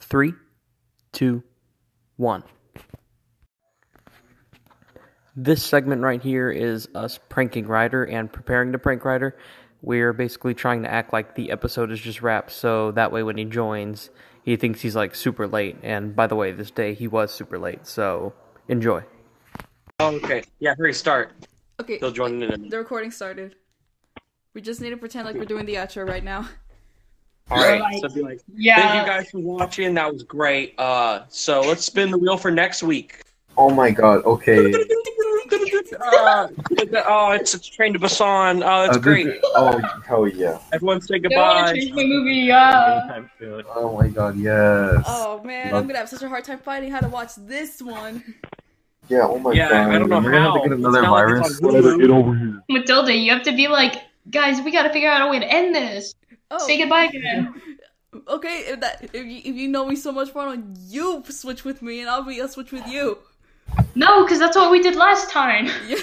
Three, two, one. This segment right here is us pranking Ryder and preparing to prank Ryder. We're basically trying to act like the episode is just wrapped, so that way when he joins, he thinks he's like super late. And by the way, this day he was super late, so enjoy. Oh, okay. Yeah, hurry, start. Okay, He'll join in. a minute. the recording started. We just need to pretend like we're doing the outro right now. All right. so be like, thank you guys for watching. That was great. Uh, so let's spin the wheel for next week. Oh my god, okay. uh, oh, it's a train to Busan. Oh, that's Uh, this- great. Oh, hell yeah. Everyone say They want to goodbye. change the movie uh, up. Oh my god, yes. Oh man, I'm gonna have such a hard time finding how to watch this one. Yeah, oh my Yeah, god. I don't know We're gonna have how. to get It's another not like it's virus. on Hulu. Get over here. Matilda, you have to be like, guys, we gotta figure out a way to end this. Oh, Say goodbye again. okay. If that if you, if you know me so much, why don't you switch with me and I'll be I'll switch with you? No, because that's what we did last time. Yeah.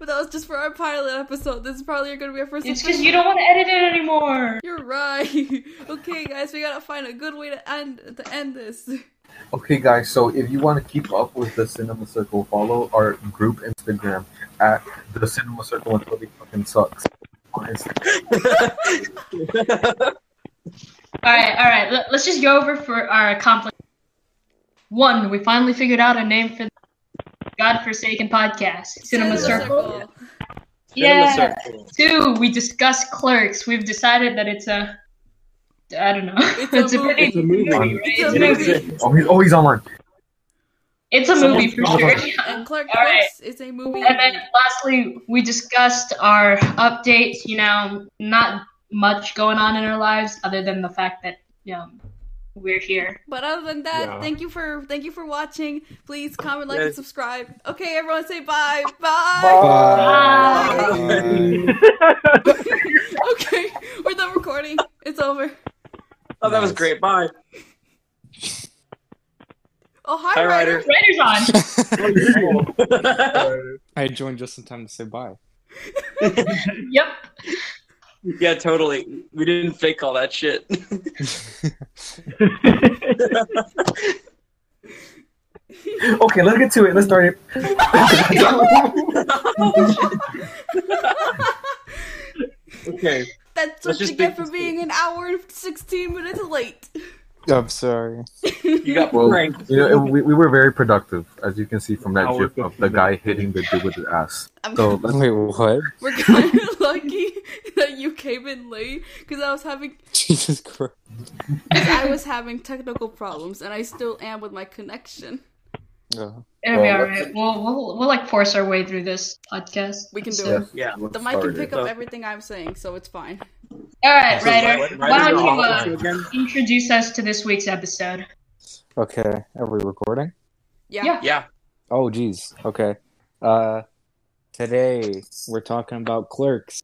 but that was just for our pilot episode. This is probably gonna be our first. It's because official- you don't want to edit it anymore. You're right. okay, guys, we gotta find a good way to end to end this. Okay, guys, so if you want to keep up with the Cinema Circle, follow our group Instagram at the Cinema Circle until they fucking sucks. Oh, On Instagram. All right, all right. Let, let's just go over for our accomplishment. One, we finally figured out a name for the godforsaken podcast, Cinema Circle. Yeah. Circle. Two, we discussed Clerks. We've decided that it's a, I don't know, It's a movie. pretty It's a movie. right? It's a It's a movie. movie. Oh, he's, oh, he's online. It's a Someone- movie for someone- sure. yeah. And Clark All right. Brooks is a movie. And then lastly, we discussed our updates. You know, not much going on in our lives other than the fact that you know, we're here. But other than that, Yeah. thank you for thank you for watching. Please comment, like, Yeah. and subscribe. Okay, everyone, say bye. Bye. Bye. Okay, we're done recording. It's over. Oh, that was great. Bye. Oh hi, Hi, Ryder. Ryder. Writers on. I joined just in time to say bye. yep. yeah, totally. We didn't fake all that shit. Okay, let's get to it. Let's start it. okay. Let's That's what just you get be- for being an hour and sixteen minutes late. I'm sorry. You got Well, pranked. you know, we, we were very productive, as you can see from that Hour gif of the 15 guy hitting the dude with his ass. I'm- So let's Wait, what? we're kind of lucky that you came in late because I was having Jesus Christ. I was having technical problems and I still am with my connection. No. It'll be Well, all right. We'll, we'll we'll like force our way through this podcast. We can do So- it. Yeah. let's The mic can start pick it. up So- everything I'm saying, so it's fine. All right, So, writer. Ryder, Why you're on don't you uh, again? introduce us to this week's episode? Okay, are we recording? Yeah. Yeah. Yeah. Oh, geez. Okay. Uh, today we're talking about Clerks.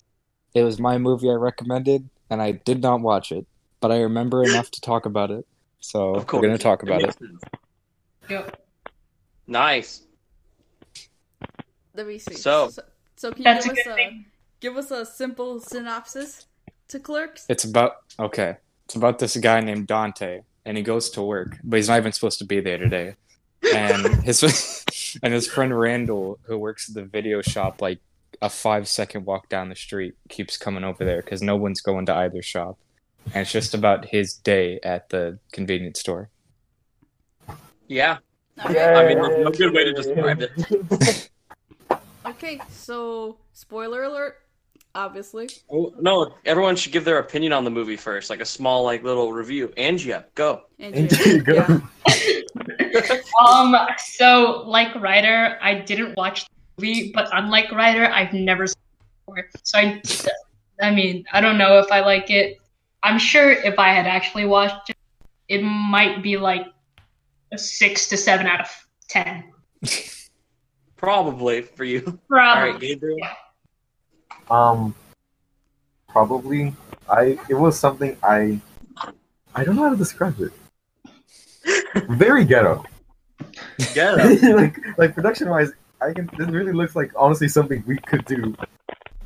It was my movie I recommended, and I did not watch it, but I remember enough to talk about it. So Of course. we're gonna talk about it. makes sense. Yep. Nice. The VC. So- so, so can you That's a give good us a thing. give us a simple synopsis to clerks? It's about okay. It's about this guy named Dante, and he goes to work, but he's not even supposed to be there today. And his and his friend Randall, who works at the video shop, like a five second walk down the street, keeps coming over there because no one's going to either shop, and it's just about his day at the convenience store. Yeah. All right. I mean, there's no good way to describe it. Okay, so spoiler alert, obviously. Oh, no, everyone should give their opinion on the movie first, like a small, like little review. Angia, go. And And there you go. yeah. Um. So, like Ryder, I didn't watch the movie, but unlike Ryder, I've never seen it before. So I, I mean, I don't know if I like it. I'm sure if I had actually watched it, it might be like a six to seven out of ten. Probably for you. All Probably. right, Gabriel. Um, probably. I it was something I I don't know how to describe it. Very ghetto. Go. like like production wise, I can. This really looks like honestly something we could do,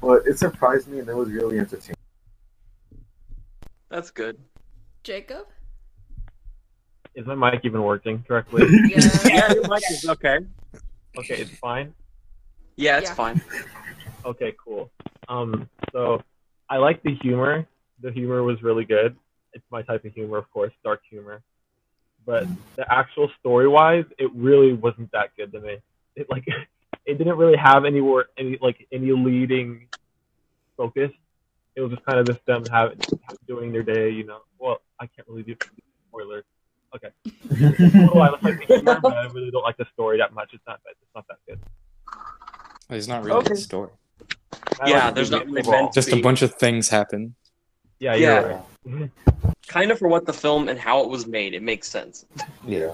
but it surprised me and it was really entertaining. That's good. Jacob? Is my mic even working correctly? Yeah. Yeah, your mic is okay. okay, it's fine. Yeah, it's Yeah. fine. Okay, cool. Um, so I like the humor. The humor was really good. It's my type of humor, of course, dark humor. But the actual story-wise, it really wasn't that good to me. It like it didn't really have any wor- any like any leading focus. It was just kind of just them having doing their day, you know. Well, I can't really do spoilers. Okay. Well, I like the humor, but I really don't like the story that much. It's not that it's not that good. It's not really Okay. a story. I Yeah, like the there's not movie really overall. been- Just a Speak. bunch of things happen. Yeah, Yeah. you're right. Kind of for what the film and how it was made, it makes sense. Yeah.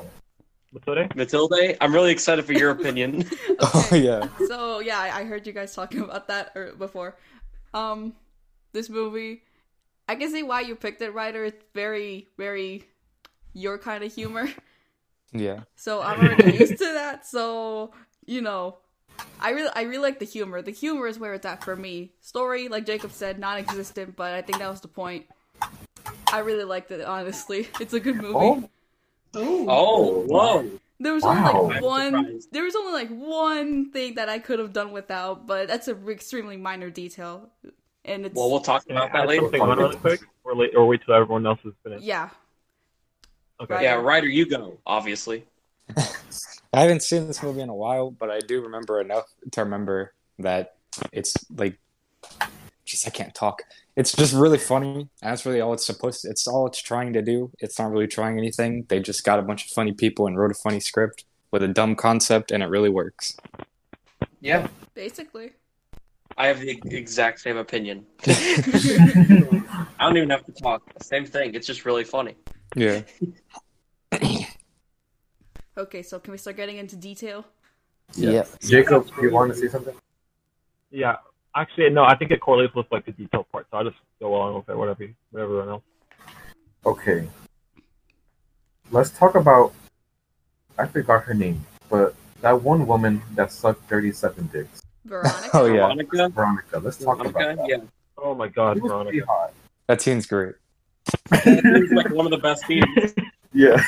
Matilde? Matilde, I'm really excited for your opinion. Oh Okay. yeah. So yeah, I I heard you guys talking about that or before. Um, this movie, I can see why you picked it, Ryder. It's very, very your kind of humor. Yeah. So I'm already used to that. So you know, I really, I really like the humor. The humor is where it's at for me. Story, like Jacob said, non-existent, but I think that was the point. I really liked it. Honestly, it's a good movie. Oh, oh, whoa. There was Wow. only like one. surprised. There was only like one thing that I could have done without, but that's an extremely minor detail, and it's Well, we'll talk Can I about that add later. something on really quick? Or, late, or wait till everyone else is finished? yeah. Okay. Yeah, Ryder, you go, obviously. I haven't seen this movie in a while, but I do remember enough to remember that it's like just I can't talk. It's just really funny. That's really all it's supposed to it's all it's trying to do. It's not really trying anything. They just got a bunch of funny people and wrote a funny script with a dumb concept and it really works. Yeah. Basically, I have the exact same opinion. I don't even have to talk. Same thing. It's just really funny. Yeah. okay. So can we start getting into detail? Yeah. Jacob, do you want to say something? Yeah. Actually, no, I think it correlates with like the detail part, so I'll just go along with it, whatever, you- whatever everyone else. Okay. Let's talk about. I forgot her name, but that one woman that sucked 37 dicks, Veronica. Oh yeah. Veronica? Veronica. Let's talk Veronica? about that. Yeah. Oh my god, She was pretty Veronica. hot. That scene's great. That seems like one of the best scenes. Yeah.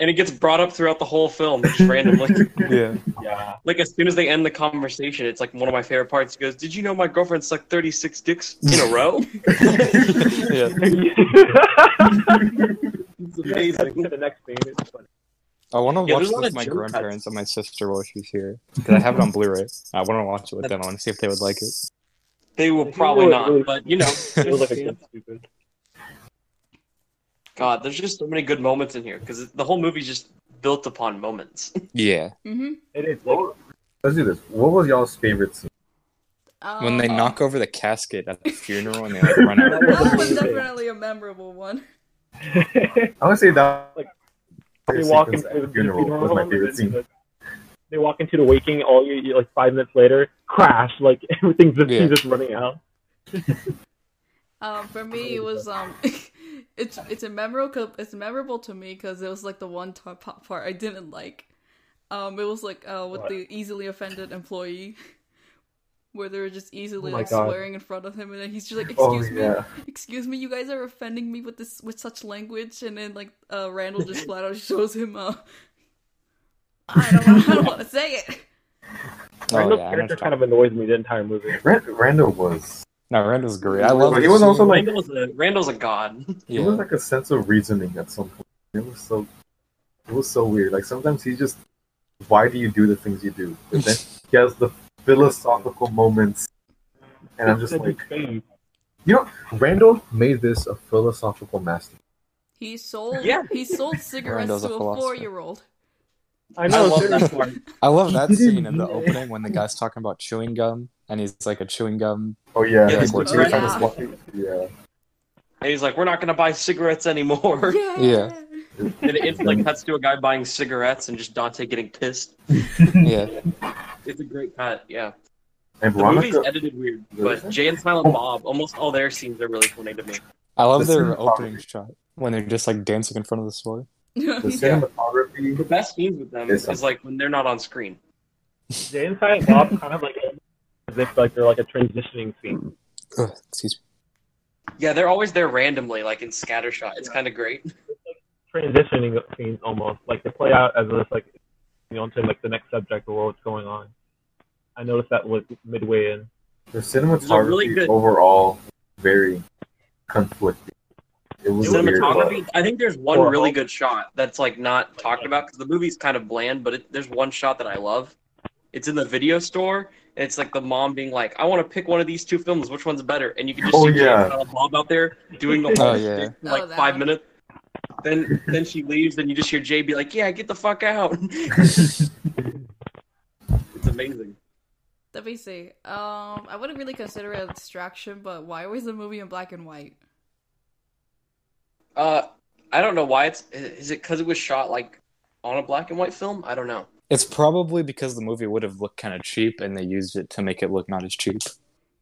And it gets brought up throughout the whole film, just randomly. Yeah. Yeah. like, as soon as they end the conversation, it's like one of my favorite parts. He goes, Did you know my girlfriend sucked 36 dicks in a row? yeah. It's the amazing. next scene is funny. I want to Yeah, there's watch this a lot with of my jump cuts. grandparents and my sister while she's here because I have it on Blu-ray. I want to watch it with them. I want to see if they would like it. They will probably not, but you know. It was like a kid's stupid. God, there's just so many good moments in here because the whole movie's just built upon moments. Yeah. Mm-hmm. It is. Like, Let's do this. What was y'all's favorite scene? Um, When they knock over the casket at the funeral and they like run out. That was definitely a memorable one. I would say that. Like, Fire they walk sequence into at the the funeral was my favorite and scene. then They walk into the waking all you you- like five minutes later, crash, like everything's just, Yeah. he's just running out. Um, for me, it was um, it's it's a memorable it's memorable to me because it was like the one top part part I didn't like. Um, it was like uh with What? the easily offended employee, where they were just easily Oh my like God. swearing in front of him, and then he's just like, Oh, "Excuse yeah. me, excuse me, you guys are offending me with this with such language," and then like uh Randall just flat out shows him uh, I don't wanna- I don't want to say it. Oh Randall's yeah. I know what character you're kind talking- of annoys me the entire movie. Rand- Randall was. No, Randall's great. I love. But he the was also scene. like. Randall's a, Randall's a god. It was Yeah. like a sense of reasoning at some point. It was so, it was so weird. Like sometimes he just, why do you do the things you do? But then he has the philosophical moments, and I'm just It's like, insane. Randall made this a philosophical master. He sold Yeah. he sold cigarettes Randall's a to a philosopher. four year old. I I know. love seriously. that part. I love that He didn't scene in the do it. opening when the guy's talking about chewing gum and he's like a chewing gum. Oh yeah, Yeah, yeah. that's like, what what Randall- kind of- yeah. And he's like, We're not going to buy cigarettes anymore. Yeah. And it, it's like cuts to a guy buying cigarettes and just Dante getting pissed. Yeah. It's a great cut, yeah. And The movie's Veronica, edited weird, Really? but Jay and Silent Bob, almost all their scenes are really funny to me. I love The their cinematography. opening shot when they're just like dancing in front of the store. the Yeah. The cinematography. best scenes with them Yes, is like when they're not on screen. Jay and Silent Bob kind of like as if like they're like a transitioning scene. Ugh, excuse me. Yeah, they're always there randomly, like in scattershot. It's kind of great. transitioning scenes almost like they play out as if like you know into like the next subject or what's going on. I noticed that was midway in. The It's a cinematography really good- overall very conflicting. It was weird. Cinematography. I think there's one Or- really good shot that's like not talked about because the movie's kind of bland. But it, there's one shot that I love. It's in the video store, and it's like the mom being like, "I want to pick one of these two films. Which one's better?" And you can just Oh, see yeah. James Earl Bob out there doing the whole Oh, yeah. thing for Oh, like that five one. minutes. Then then she leaves, and you just hear Jay be like, "Yeah, get the fuck out." it's amazing. Let me see. Um, I wouldn't really consider it a distraction, but why was the movie in black and white? Uh, I don't know why it's is it because it was shot like on a black and white film? I don't know. It's probably because the movie would have looked kind of cheap, and they used it to make it look not as cheap.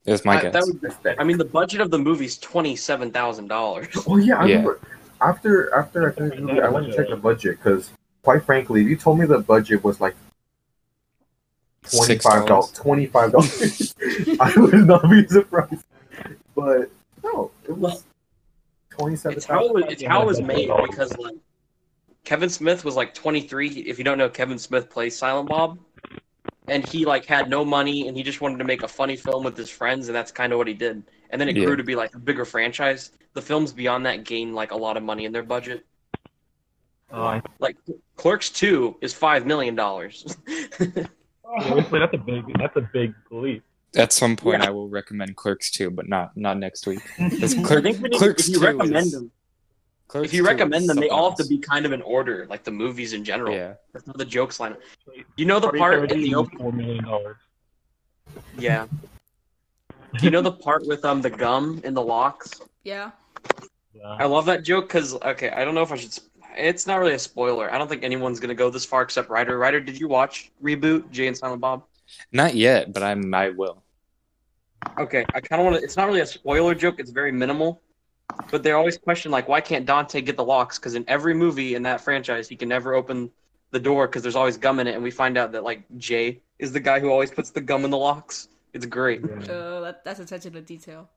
Is my I- guess. That would Aesthetic. I mean, the budget of the movie's twenty seven thousand dollars. Oh yeah, I Yeah. remember. After after I finished the movie, I went to check the budget because, quite frankly, if you told me the budget was like twenty Six five dollars, twenty five dollars, I would not be surprised. But no, it was twenty seven. It's how it was, it's how it was made $27,000. because like Kevin Smith was like twenty three. If you don't know, Kevin Smith plays Silent Bob, and he like had no money and he just wanted to make a funny film with his friends, and that's kind of what he did. And then it Yeah. grew to be like a bigger franchise. The films beyond that gained like a lot of money in their budget. Uh, Like Clerks Two is five million dollars. obviously, that's a big that's a big leap. At some point, I will recommend Clerks 2, but not not next week. It's I Clerk, think we need- Clerks if you 2 recommend is- them, Clerks if you 2 is recommend them, they something all have to else. be kind of in order, like the movies in general. Yeah, That's how the jokes line. up. You know the part in the open. four million dollars. Yeah. Do you know the part with um the gum in the locks? Yeah. Yeah. I love that joke because okay, I don't know if I should. s- It's not really a spoiler. I don't think anyone's gonna go this far except Ryder. Ryder, did you watch reboot Jay and Silent Bob? not yet, but I'm I will. Okay, I kind of want to. It's not really a spoiler joke. It's very minimal, but they always question like, why can't Dante get the locks? Because in every movie in that franchise, he can never open the door because there's always gum in it. And we find out that like Jay is the guy who always puts the gum in the locks. It's great. Mm. Oh, that, that's attention to detail.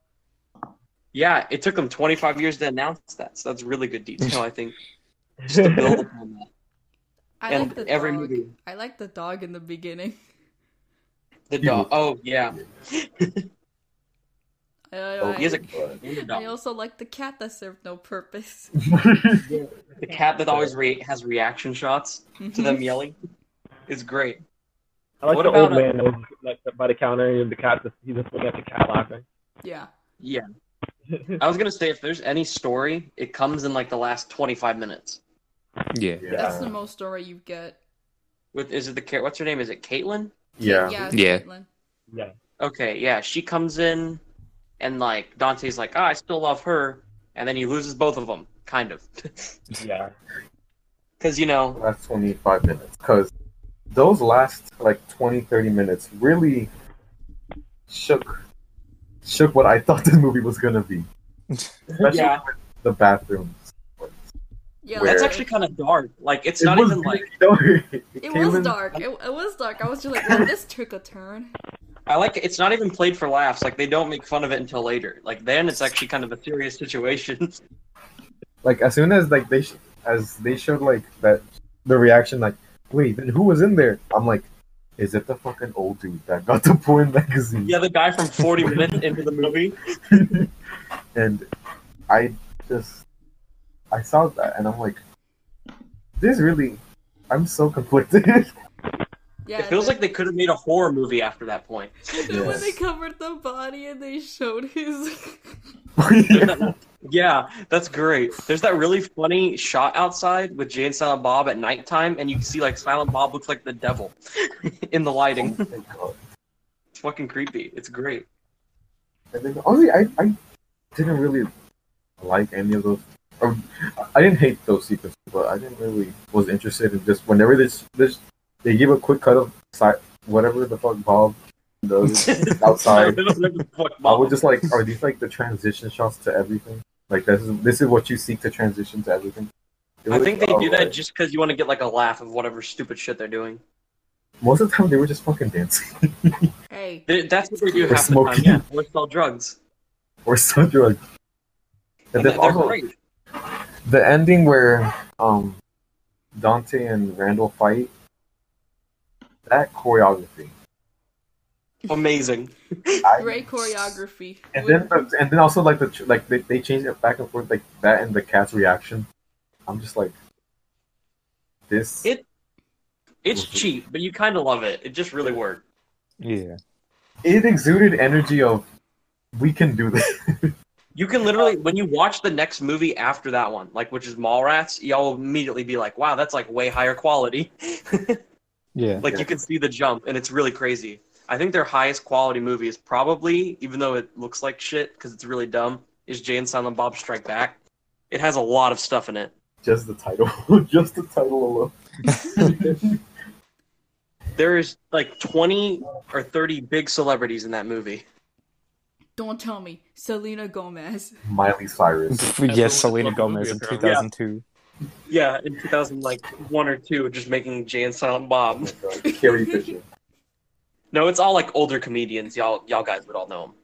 Yeah, it took them 25 years to announce that. So that's really good detail, I think. Just to build upon that. I and like the every dog. movie, I like the dog in the beginning. the dog. Oh yeah, I, I, Oh, I- he has a But- the I dog. also like the cat that served no purpose. The cat that always re- has reaction shots to them yelling. It's great. I like What the old about man that was like by the counter and the cat just he's just looking at the cat laughing. yeah. Yeah, I was gonna say if there's any story, it comes in like the last 25 minutes. Yeah, That's the yeah, most story you get. With is it the cat? What's her name? Is it Caitlin? yeah. Yeah. Yeah. Caitlin. yeah. Okay, yeah, she comes in, and like Dante's like, ah, I still love her, and then he loses both of them, kind of, Yeah. because you know, last 25 minutes because those last like 20 30 minutes really shook shook what i thought this movie was gonna be Especially Yeah. with the bathroom Yeah. Where- that's like- actually kind of dark. Like it's It not was even like. really dark. It came was in- dark. It, it was dark. I was just like, well, this took a turn. I like it. it's not even played for laughs. Like they don't make fun of it until later. Like then it's actually kind of a serious situation. like as soon as like they sh- as they showed like that the reaction like wait then who was in there i'm like is it the fucking old dude that got the porn magazine yeah, the guy from Forty Minutes into the movie. and I just I saw that and I'm like, this really, I'm so conflicted. Yeah. It feels and like they could have made a horror movie after that point. then- and when they covered the body and they showed his. Yeah, that's great. There's that really funny shot outside with Jay and Silent Bob at nighttime, and you can see like Silent Bob looks like the devil in the lighting. It's fucking creepy. It's great. and then honestly, I I didn't really like any of those. Or, I didn't hate those sequences, but I didn't really was interested in just whenever this this they give a quick cut of side whatever the fuck Bob does outside. Fuck I Bob. would just like, are these like the transition shots to everything? Like this is this is what you seek to transition to everything. It I was- think they oh, do that right. just because you want to get like a laugh of whatever stupid shit they're doing. Most of the time, they were just fucking dancing hey. They- That's what they do Or half smoking. the time. Yeah, or sell drugs. or some drugs. And, And then they're also, great. the ending where um Dante and Randall fight. That choreography, Amazing. I- Great choreography. and then the- and then also like the ch- like they, they changed it back and forth like that and the cat's reaction. I'm just like this. It- It's cheap, but you kind of love it. It just really worked. Yeah. it exuded energy of we can do this. You can literally, when you watch the next movie after that one, like which is Mallrats, y'all will immediately be like, "Wow, that's like way higher quality." Yeah. like you can see the jump, and it's really crazy. I think their highest quality movie is probably, even though it looks like shit because it's really dumb, is Jay and Silent Bob Strike Back. It has a lot of stuff in it. Just the title, just the title alone. There is like twenty or thirty big celebrities in that movie. Don't tell me. Selena Gomez. Miley Cyrus. yes, Everyone Selena loved the Gomez movie, in apparently. 2002. Yeah, in two thousand like one or two, just making Jay and Silent Bob. Carrie Fisher. No, it's all like older comedians. Y'all, y'all guys would all know them.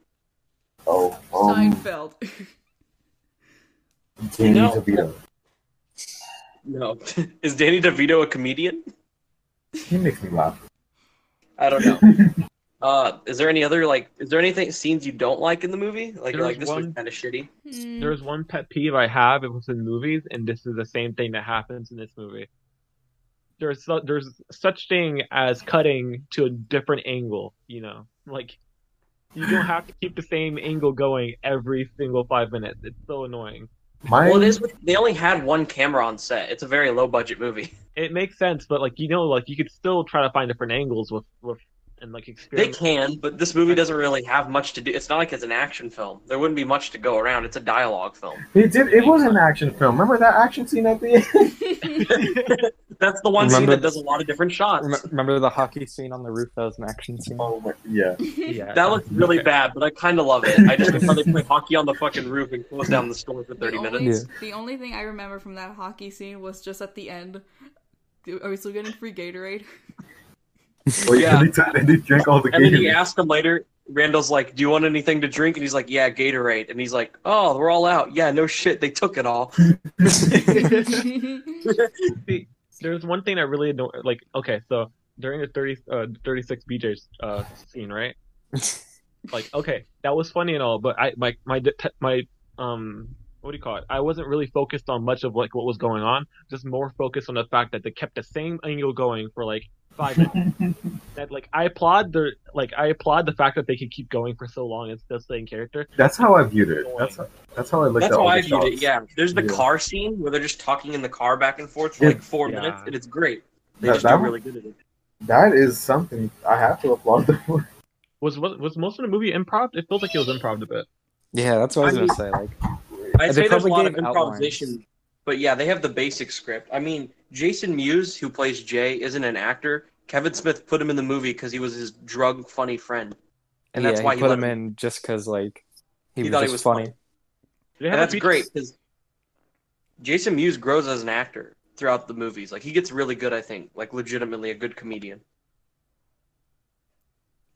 Oh, um, Seinfeld. Danny No. DeVito. No, is Danny DeVito a comedian? He makes me laugh. I don't know. uh, is there any other like? Is there anything scenes you don't like in the movie? Like, you're There's like this was one- kind of shitty. Hmm. There's one pet peeve I have. It was in movies, and this is the same thing that happens in this movie. There's su- there's such thing as cutting to a different angle. You know, like you don't have to keep the same angle going every single five minutes. It's so annoying. My Well, it is. They only had one camera on set. It's a very low budget movie. It makes sense, but like you know, like you could still try to find different angles with with and like They experience. can, but this movie doesn't really have much to do. It's not like it's an action film. There wouldn't be much to go around. It's a dialogue film. it did. It was an action film. Remember that action scene at the end? That's the one Remember- scene that does a lot of different shots. Rem- Remember the hockey scene on the roof? That was an action scene. Oh my, yeah. Yeah, That looks really okay. bad, but I kind of love it. I just how they play hockey on the fucking roof and close down the store for 30 the minutes. only, The only thing I remember from that hockey scene was just at the end. do- Are we still getting free Gatorade? Wait, Yeah. And, they took- and they drank all the And then he Gatorade. asked him later, Randall's like, Do you want anything to drink? And he's like, Yeah, Gatorade. And he's like, Oh, we're all out. Yeah, no shit. They took it all. there's one thing that really anno- like okay so during the 30 uh 36 bj uh scene right like okay that was funny and all but i my my det- my um what do you call it i wasn't really focused on much of like what was going on just more focused on the fact that they kept the same angle going for like five minutes that like i applaud the like i applaud the fact that they could keep going for so long and still staying character That's how I viewed it. That's how, that's how I looked That's at how all I the viewed it. shots. Yeah. There's the Yeah. car scene where they're just talking in the car back and forth for Yeah. like four Yeah. minutes, and it's great. They That- just that do one- really good at it. That is something I have to applaud them for. was was, was most of the movie improv it feels like it was improv a bit Yeah, that's what I was I gonna mean- say. Like, I'd say They there's a probably lot of gave improvisation, outlines. but yeah, they have the basic script. I mean, Jason Mewes, who plays Jay, isn't an actor. Kevin Smith put him in the movie because he was his drug funny friend. And that's yeah, why he he put let him him- in just because like He he, was thought he just was funny. funny. They And had a that's beat- great because Jason Mewes grows as an actor throughout the movies. Like he gets really good, I think. Like legitimately a good comedian.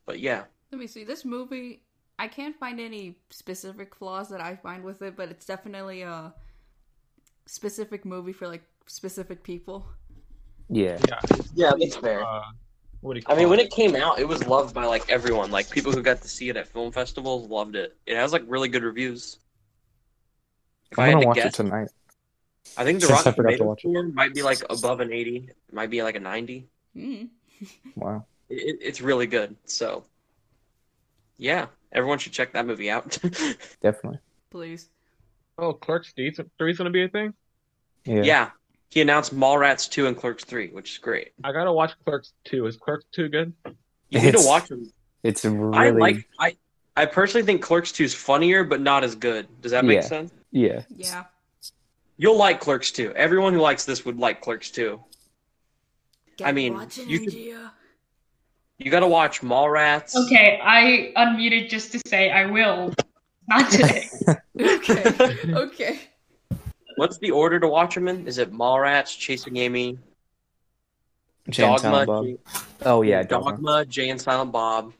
But yeah, Let me see. This movie, I can't find any specific flaws that I find with it, but it's definitely a specific movie for like specific people. Yeah, yeah yeah, that's fair. uh, what do you I call mean, it? when it came out, it was loved by like everyone. Like people who got to see it at film festivals loved it. It has like really good reviews. If I I'm had gonna to watch guess, it tonight. I think the since I Rotten forgot to Tomatoes watch it. score might be like above an eighty. It might be like a ninety. Mm. Wow. It- It, it's really good. So, yeah, everyone should check that movie out. Definitely. Please. Oh, Clerks Three's three's gonna be a thing. Yeah. Yeah. He announced Mallrats 2 and Clerks 3, which is great. I gotta watch Clerks Two. Is Clerks Two good? You need to It's watch them. It's really. I like I I personally think Clerks 2 is funnier but not as good. Does that make Yeah. sense? Yeah. Yeah. You'll like Clerks 2. Everyone who likes this would like Clerks 2. I mean, watching you could- India. You got to watch Mallrats. Okay, I unmuted just to say I will. Not today. okay. Okay. What's the order to watch them in? Is it Mallrats, Chasing Amy, Jane Dogma, Silent Bob. Oh yeah, Dogma. Dogma, Jay and Silent Bob,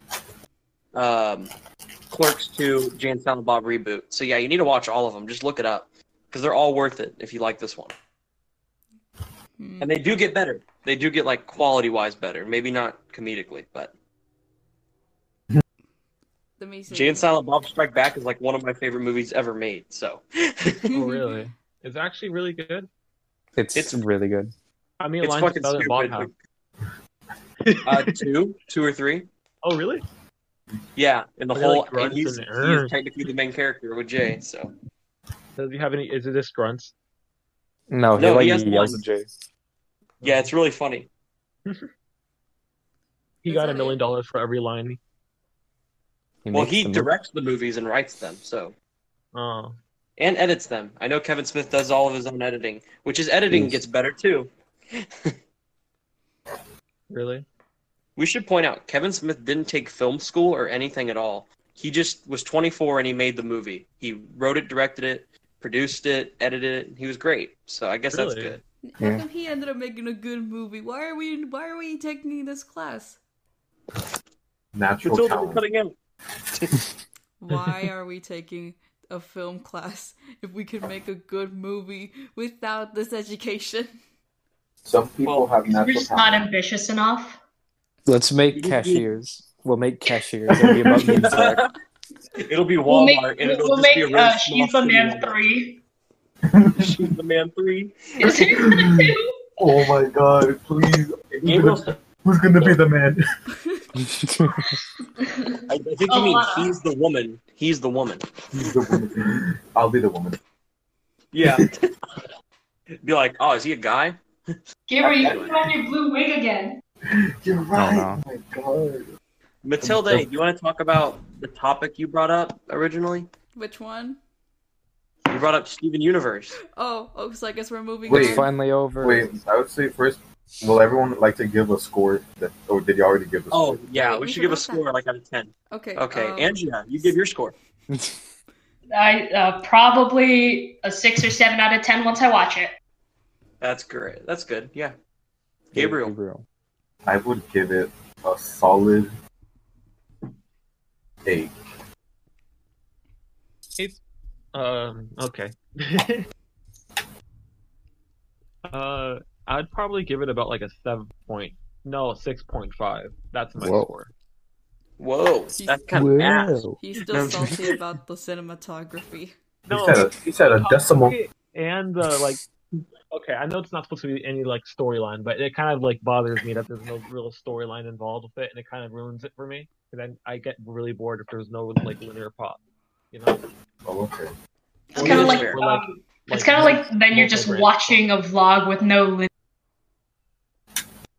um, Clerks 2, Jay and Silent Bob reboot. So yeah, you need to watch all of them. Just look it up. because they're all worth it if you like this one. Hmm. And they do get better. They do get like quality wise better. Maybe not comedically, but Let me see. Jay and Silent Bob Strike Back is like one of my favorite movies ever made. So Oh, really? It's actually really good. It's, It's- really good. How many it's lines fucking does Bob have? stupid. Uh, two, two or three. Oh, really? Yeah, in the Really whole, and grunts he's, and- he's technically the main character with Jay. So Does he have any? Is it this grunts? No, he No, like he has yells one. at Jay. yeah, it's really funny. He Is got a that it? million dollars for every line. He well, makes he them- directs the movies and writes them, so Oh, and edits them. I know Kevin Smith does all of his own editing, which his editing Yes. gets better too. really? We should point out Kevin Smith didn't take film school or anything at all. He just was 24 and he made the movie. He wrote it, directed it, produced it, edited it. He was great. So I guess that's Really? good. How Yeah. come he ended up making a good movie? Why are we? Why are we taking this class? Natural Matilda, we're talent. cutting out. Why are we taking a film class if we can make a good movie without this education? Some people Well, have We're natural just not talent. ambitious enough. Let's make You- you- cashiers. We'll make cashiers. It'll be about me and Zach. It'll be Walmart We'll make, and it'll we'll just make be a really uh, small She's the Man studio. 3. She's the man three. Is he the two? Oh my god, please. Who's Gabriel's gonna, who's gonna be the man? I, I think you Oh, mean wow. he's the woman. He's the woman. He's the woman. I'll be the woman. Yeah. Be like, oh, is he a guy? Gabriel, you can put on your blue wig again. You're right. no. Oh my god. Matilda, do you want to talk about the topic you brought up originally? Which one? You brought up Steven Universe. Oh, oh, so I guess we're moving Wait. It's on. finally over. Wait, I would say first, will everyone like to give a score? That, or did you already give a score? Oh, yeah, Wait, we we should give a forgot score that. like out of 10. Okay. Okay, um, Andrea, you give your score. I uh, probably a six or seven out of ten once I watch it. That's great. That's good. Yeah. Gabriel. Gabriel. I would give it a solid eight. Um, okay. uh, I'd probably give it about like a seven point. No, six point five. That's my Whoa. score. Whoa, that's kind of ass. Whoa. He's still salty about the cinematography. No, He said a, he said a decimal. and uh, like okay i know it's not supposed to be any like storyline but it kind of like bothers me that there's no real storyline involved with it and it kind of ruins it for me because I, I get really bored if there's no like linear pop you know Oh, okay. It's Well, kind it of is like, fair. um, Like- it's kind of like then you're just multi-brand. watching a vlog with no li-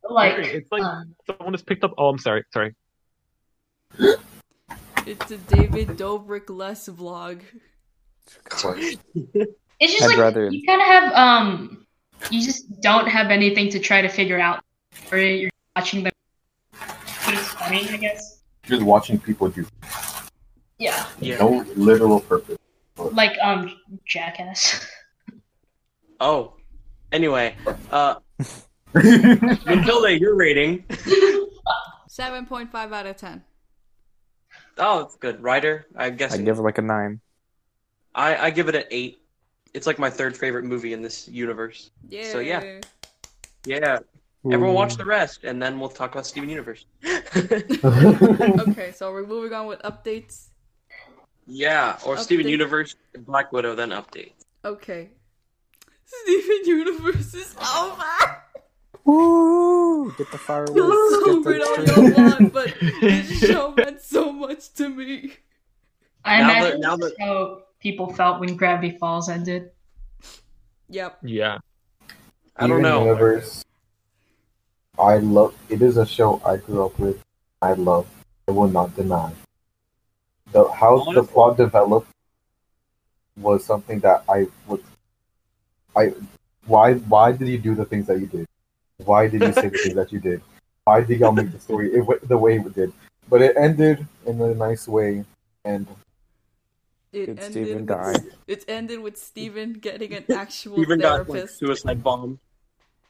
like Okay, it's like um, someone has picked up oh i'm sorry sorry It's a David Dobrik less vlog. Christ. it's just I'd like rather- you kind of have um you just don't have anything to try to figure out or you're watching them. But it's funny, I guess. Just watching people do Yeah, Yeah. no literal purpose. like um jackass. Oh. Anyway, uh, Matilda, your rating. Seven point five out of ten. Oh, it's good. Ryder, I guess I give it like a nine. I, I give it an eight. It's like my third favorite movie in this universe. Yeah. So, yeah. Yeah. Everyone watch the rest, and then we'll talk about Steven Universe. Okay, so we're moving on with updates. yeah, or Steven Update. Universe, Black Widow, then update. Okay. Steven Universe is over. Woo! Get the fireworks. No, we get don't the know why, but this show meant so much to me. I Now that- imagine now that's that- how people felt when Gravity Falls ended. Yep. yeah I don't Steven know. Universe, I love. It is a show I grew up with. I love. I will not deny. The how the Honestly. plot developed was something that I would. I why why did you do the things that you did? Why did you say the things that you did? Why did y'all make the story it, went the way it did? But it ended in a nice way, and It Did ended Steven with, die? It ended with Steven getting an actual Steven got like therapist. suicide bomb.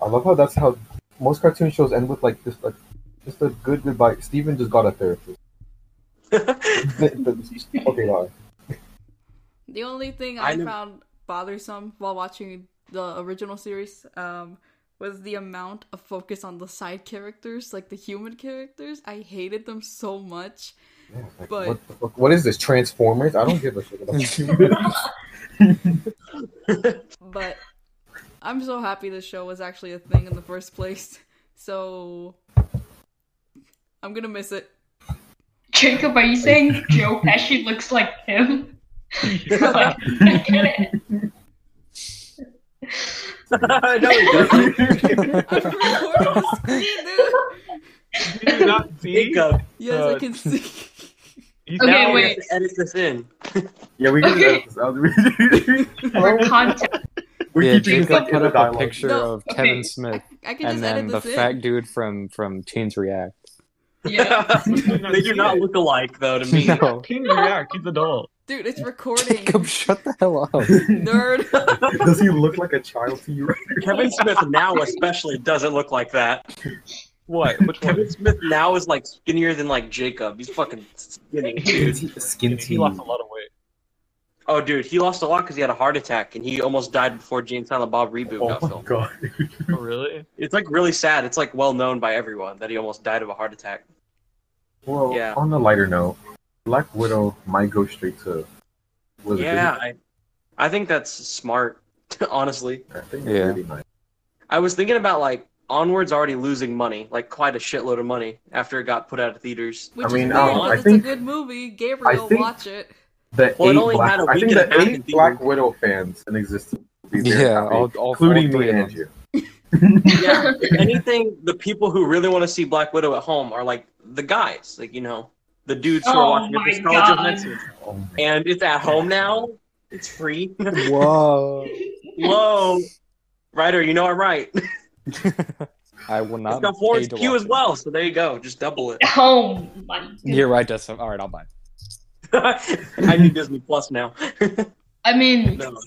I love how that's how most cartoon shows end with like just like just a good goodbye. Steven just got a therapist. okay, all right. The only thing I I, nev- found bothersome while watching the original series um, was the amount of focus on the side characters, like the human characters. I hated them so much. Yeah, like, But- what, the fuck- what is this Transformers? I don't give a shit about humans. But I'm so happy this show was actually a thing in the first place. So I'm gonna miss it. Jacob, are you saying Joe Pesci looks like him? no, he doesn't. I'm recording the screen, dude. Do you not see? Jacob, Yes, I can see. He's Okay, now- we wait. have to edit this in. yeah, we can Okay. edit this out. We're For context, yeah, keeping this, Jacob like, in put the up a dialogue. picture No, of okay. Kevin Smith I can and just edit then the this in. fat dude from from Teens React. yeah. they do not look alike, though, to me. No, King react. He's adult. Dude, it's recording. Jacob, shut the hell up. Nerd. Does he look like a child to you? Right? Kevin Smith now especially doesn't look like that. What? Which one? Kevin Smith now is like skinnier than like Jacob. He's fucking skinny, dude. Skin He lost a lot of weight. Oh, dude, he lost a lot because he had a heart attack and he almost died before James Silent Bob reboot Oh got my filmed. god. Oh, really? It's like really sad. It's like well known by everyone that he almost died of a heart attack. Well, Yeah. on a lighter note, Black Widow might go straight to. Was it yeah, I, I think that's smart, honestly. Disney? I think Yeah. it's really nice. I was thinking about like Onward's already losing money, like quite a shitload of money after it got put out of theaters. Which I mean, is weird, um, because I it's think- a good movie. Gabriel, think- watch it. The Well, it eight only Black, had a I week think and a the half eight in Black theaters. Widow fans in existence. would be very Yeah, happy, all, all including four, me three and of them. you. yeah, if anything, the people who really want to see Black Widow at home are like the guys, like you know, the dudes who Oh are watching my it. The college of God. medicine. Oh my and it's at home now. It's free. Whoa. Whoa, Ryder, you know I'm right. I will It's not. got pay Florence to Q watch as it. well, so there you go. Just double it. Oh my. You're right, Dustin. All right, I'll buy. it. I need Disney Plus now. I mean, No.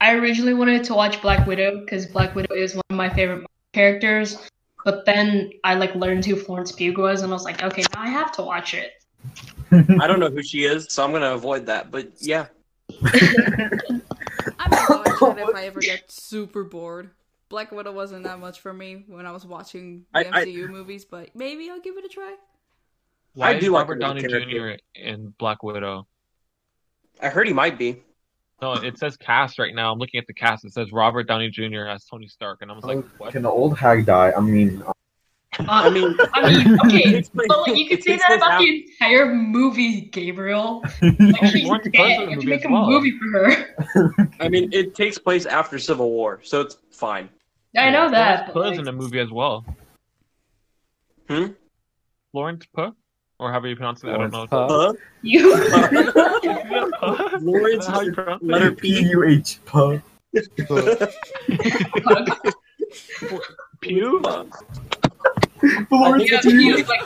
I originally wanted to watch Black Widow because Black Widow is one of my favorite Marvel characters, but then I like learned who Florence Pugh was, and I was like, okay, now I have to watch it. I don't know who she is, so I'm gonna avoid that. But yeah, I'm gonna watch it if I ever get super bored. Black Widow wasn't that much for me when I was watching the I- I- MCU movies, but maybe I'll give it a try. Why I is do like Robert him as a Downey Jr. character. in Black Widow? I heard he might be. No, it says cast right now. I'm looking at the cast. It says Robert Downey Jr. as Tony Stark, and I was god. like, what? Can the old hag die? I mean, Uh, I mean, I mean, okay, it's like- but like, you could it say takes that place about after- the entire movie, Gabriel. Like she's Florence Pugh's dead. in You the movie can make as a well. movie for her. I mean, it takes place after Civil War, so it's fine. I know that. but, Florence like, Pugh's in the movie as well. Hmm? Florence Puh? Or however you pronounce it, I don't Florence know. Puh. Huh? you. Lawrence Is that how you pronounce it? letter P P. U H pug. Pew? Florence Yeah, Pugh. you, like,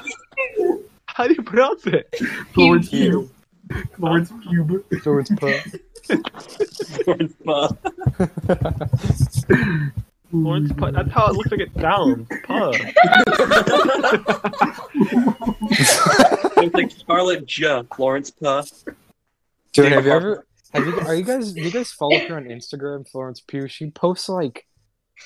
How do you pronounce it? Florence Pugh. Florence Pugh. Florence Puh. Lawrence Puh. Florence Puh. That's how it looks like it sounds. Puh. It's like Scarlet J. Lawrence Puh. Dude, have you ever? Have you? Are you guys? Do you guys follow her on Instagram, Florence Pugh? She posts like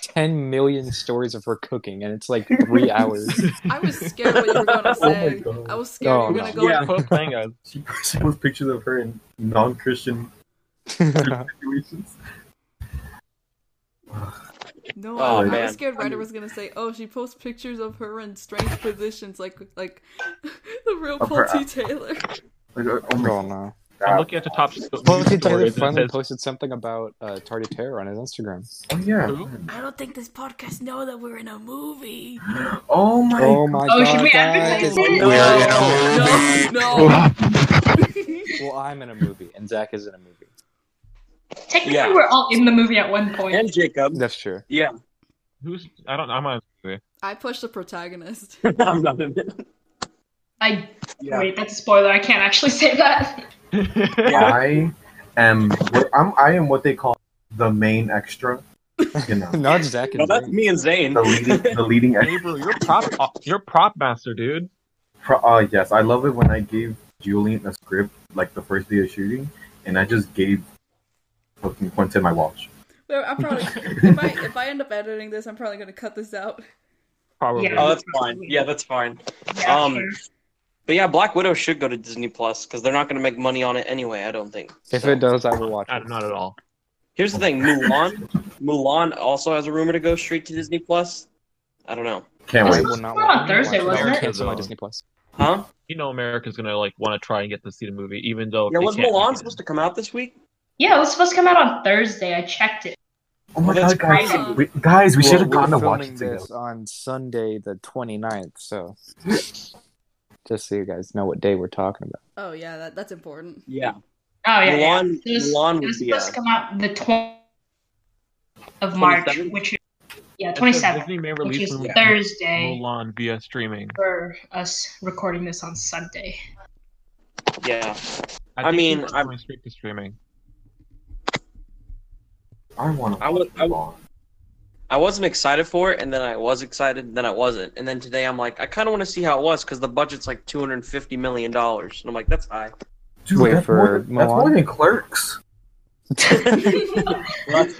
ten million stories of her cooking, and it's like three hours. I was scared what you were gonna Oh my say. god. I was scared Oh, you were gonna no. go. Yeah. Puh playing us. She, she posts pictures of her in non-Christian situations. No, Oh, I, I man. was scared Ryder was gonna say, "Oh, she posts pictures of her in strange positions, like like the real Of her Paul T. Taylor." Like, uh, oh my Oh no! I'm god. looking at the top s- Well, stories, Taylor and it finally says- posted something about uh, Tardy Terror on his Instagram. Oh yeah. Who? I don't think this podcast know that we're in a movie. Oh my. Oh my Oh, god! should we advertise guys. it? No, no. Well, I'm in a movie, and Zach is in a movie. Technically, Yeah. we're all in the movie at one point. And Jacob. That's true. Yeah, Who's? I don't. I'm on. I pushed the protagonist. I'm not in it. I Yeah. wait, that's a spoiler. I can't actually say that. I am. I'm. I am what they call the main extra. You know, Not Zach No, and that's Zane. me and Zane. the leading. The leading extra. Gabriel, you're prop. uh, You're prop master, dude. Pro- uh, yes, I love it when I gave Julian a script like the first day of shooting, and I just gave fucking Quentin my watch. Well, I'm probably if I if I end up editing this, I'm probably gonna cut this out. Probably. Yeah. Oh, that's fine. Yeah, that's fine. Yeah, Um, sure. But yeah, Black Widow should go to Disney Plus because they're not going to make money on it anyway. I don't think. If So- it does, I will watch Uh, it. not at all. Here's the thing, Mulan. Mulan also has a rumor to go straight to Disney Plus. I don't know. Can't I wait. will not It's not on watch Thursday, it. wasn't I will it? cancel my Disney Plus. Huh? You know, America's gonna like want to try and get to see the movie, even though. Yeah, they was can't Mulan make it. supposed to come out this week? yeah, it was supposed to come out on Thursday. I checked it. Oh my That's god, guys! crazy. We, guys, we Well, should have we're gone to watch filming it together. this on Sunday the 29th, so just so you guys know what day we're talking about. Oh yeah, that, that's important. Yeah. Oh yeah, yeah. Mulan. It was, Mulan it was would be. supposed to A, come out the 20th of March, 27th? which is yeah, It says 27th, Disney may which release is Mulan- Thursday Mulan via streaming. for us recording this on Sunday. yeah. I think mean, it's I'm- going straight to streaming. I want to. I would- I would- I wasn't excited for it, and then I was excited, and then I wasn't, and then today I'm like, I kind of want to see how it was because the budget's like 250 million dollars, and I'm like, that's high. Dude, Wait that's, for more than, that's Mulan? more than Clerks. Can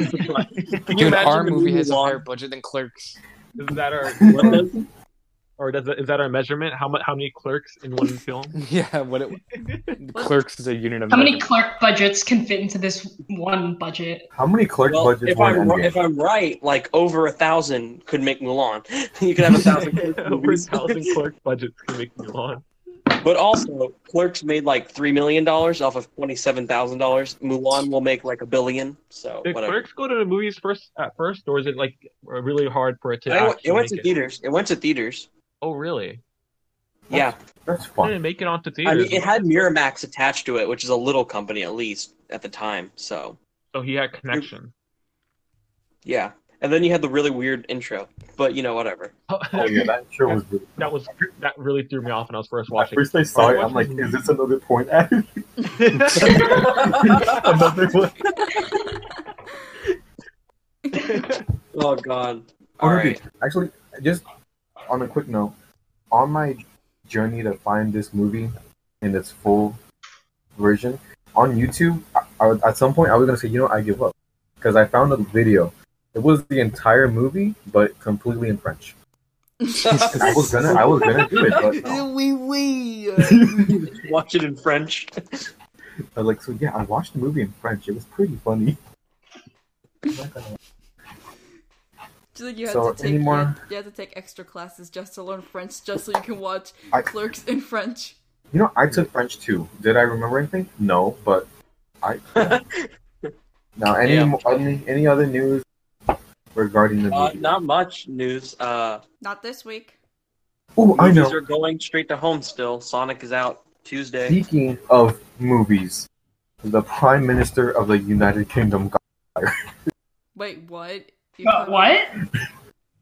Dude, our the movie new has a Mulan? higher budget than Clerks. Is that our What does- or does it, is that our measurement? How much? How many clerks in one film? Yeah, what it Clerks is a unit of How many measure. clerk budgets can fit into this one budget? How many Clerks Well, budgets if were I'm in ri- Endgame? if I'm right, like over a thousand could make Mulan. you could have a thousand. Clerks Over a movies. thousand clerks budgets can make Mulan. But also, Clerks made like three million dollars off of twenty-seven thousand dollars. Mulan will make like a billion. So Did whatever. clerks go to the movies first at first, or is it like really hard for it to? I- actually it went make to theaters. It went to theaters. Oh, really? Yeah, That's It fun. didn't make it onto I theaters. mean, it had Miramax attached to it, which is a little company at least at the time. So so he had connection. yeah, and then you had the really weird intro. But you know, whatever. Oh yeah, that sure was good. that was that really threw me off when I was first At watching. first I saw it, I'm like, is this another point act? another one. Oh God. Oh, All no, dude. right. Actually, just on a quick note, on my journey to find this movie in its full version on YouTube, I, I, was- at some point I was gonna say, you know, I give up because I found a video. It was the entire movie, but completely in French. I was gonna, I was gonna do it, but no. Wee wee. Watch it in French. But like, so yeah, I watched the movie in French. It was pretty funny. I'm not gonna- Do you think you had So, to take any more- you had- you had to take extra classes just to learn French, just so you can watch I- Clerks in French. You know, I took French too. Did I remember anything? No, but I. now, any Yeah. mo- any any other news regarding the Uh, movie? not much news. Uh, Not this week. oh, I movies know. are going straight to home still. Sonic is out Tuesday. Speaking of movies, the Prime Minister of the United Kingdom got Wait, what? You But Uh, cut- what?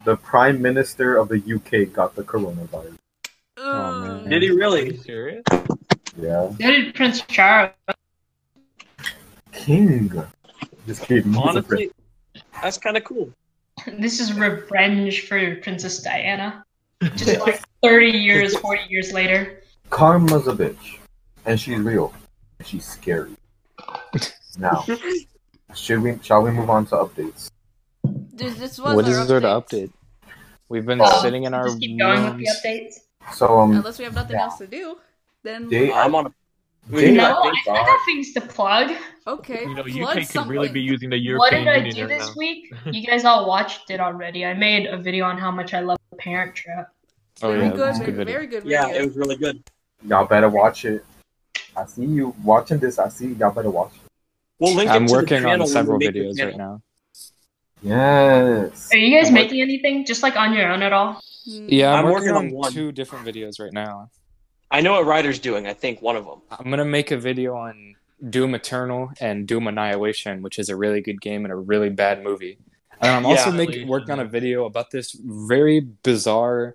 the Prime Minister of the UK got the coronavirus. Ugh. Oh, man. Did he Are you really? serious? Yeah, So did Prince Charles. King. Just kidding. he's a prince. Honestly, that's kind of cool. This is revenge for Princess Diana. Just like 30 years, 40 years later. Karma's a bitch, and she's real, and she's scary. now, should we? Shall we move on to updates? This, this was What our is there to updates. update? We've been Well, sitting in our Just keep going with the rooms. updates. So, um, Unless we have nothing Yeah. else to do, then Jay, I'm on. A, we Jay, need No, I, updates. I got things to plug. okay. You know, plug UK could really something. be using the European what did I Union do right this now. week? You guys all watched it already. I made a video on how much I love the Parent Trap. Oh very yeah, good, that's a good very, video. very good. Yeah, video. it was really good. y'all better watch it. I see you watching this. I see y'all better watch. It. We'll link. I'm it to working the channel on when several we make the videos right channel. now. Yes. Are you guys What? making anything just like on your own at all? Mm. Yeah, I'm, I'm working, working on on, one. two different videos right now. I know what Ryder's doing. I think one of them. I'm gonna make a video on Doom Eternal and Doom Annihilation, which is a really good game and a really bad movie. And I'm also Yeah. making working on a video about this very bizarre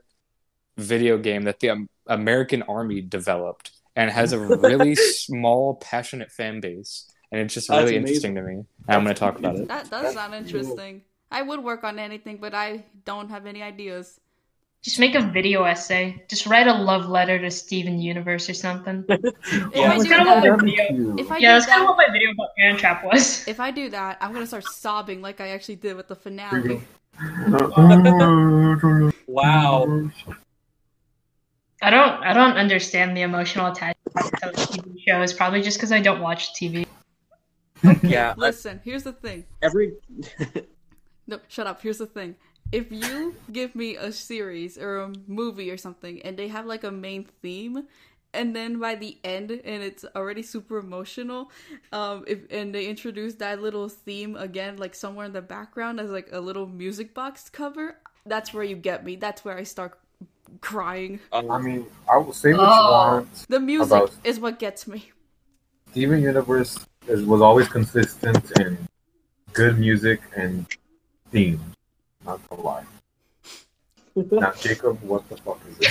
video game that the um, American Army developed and has a really small, passionate fan base, and it's just That's really amazing. interesting to me. And I'm gonna talk about it. That does sound interesting. I would work on anything, but I don't have any ideas. Just make a video essay. Just write a love letter to Steven Universe or something. If Yeah. I do It's kind of that, like- That'd be if cute. I yeah, do that's kind that, of what my video about Parent Trap was. if I do that, I'm gonna start sobbing like I actually did with the finale. Wow. I don't, I don't understand the emotional attachment to like, TV shows. Probably just because I don't watch TV. Mm-hmm. Yeah. Listen, here's the thing. Every No, shut up. Here's the thing. If you give me a series or a movie or something and they have like a main theme and then by the end and it's already super emotional um if and they introduce that little theme again like somewhere in the background as like a little music box cover, that's where you get me. That's where I start crying. I um, mean, I will say what you Oh. want. The music About- is what gets me. Steven Universe is, was always consistent and good music and themes. Not gonna lie. Now, Jacob, what the fuck is this?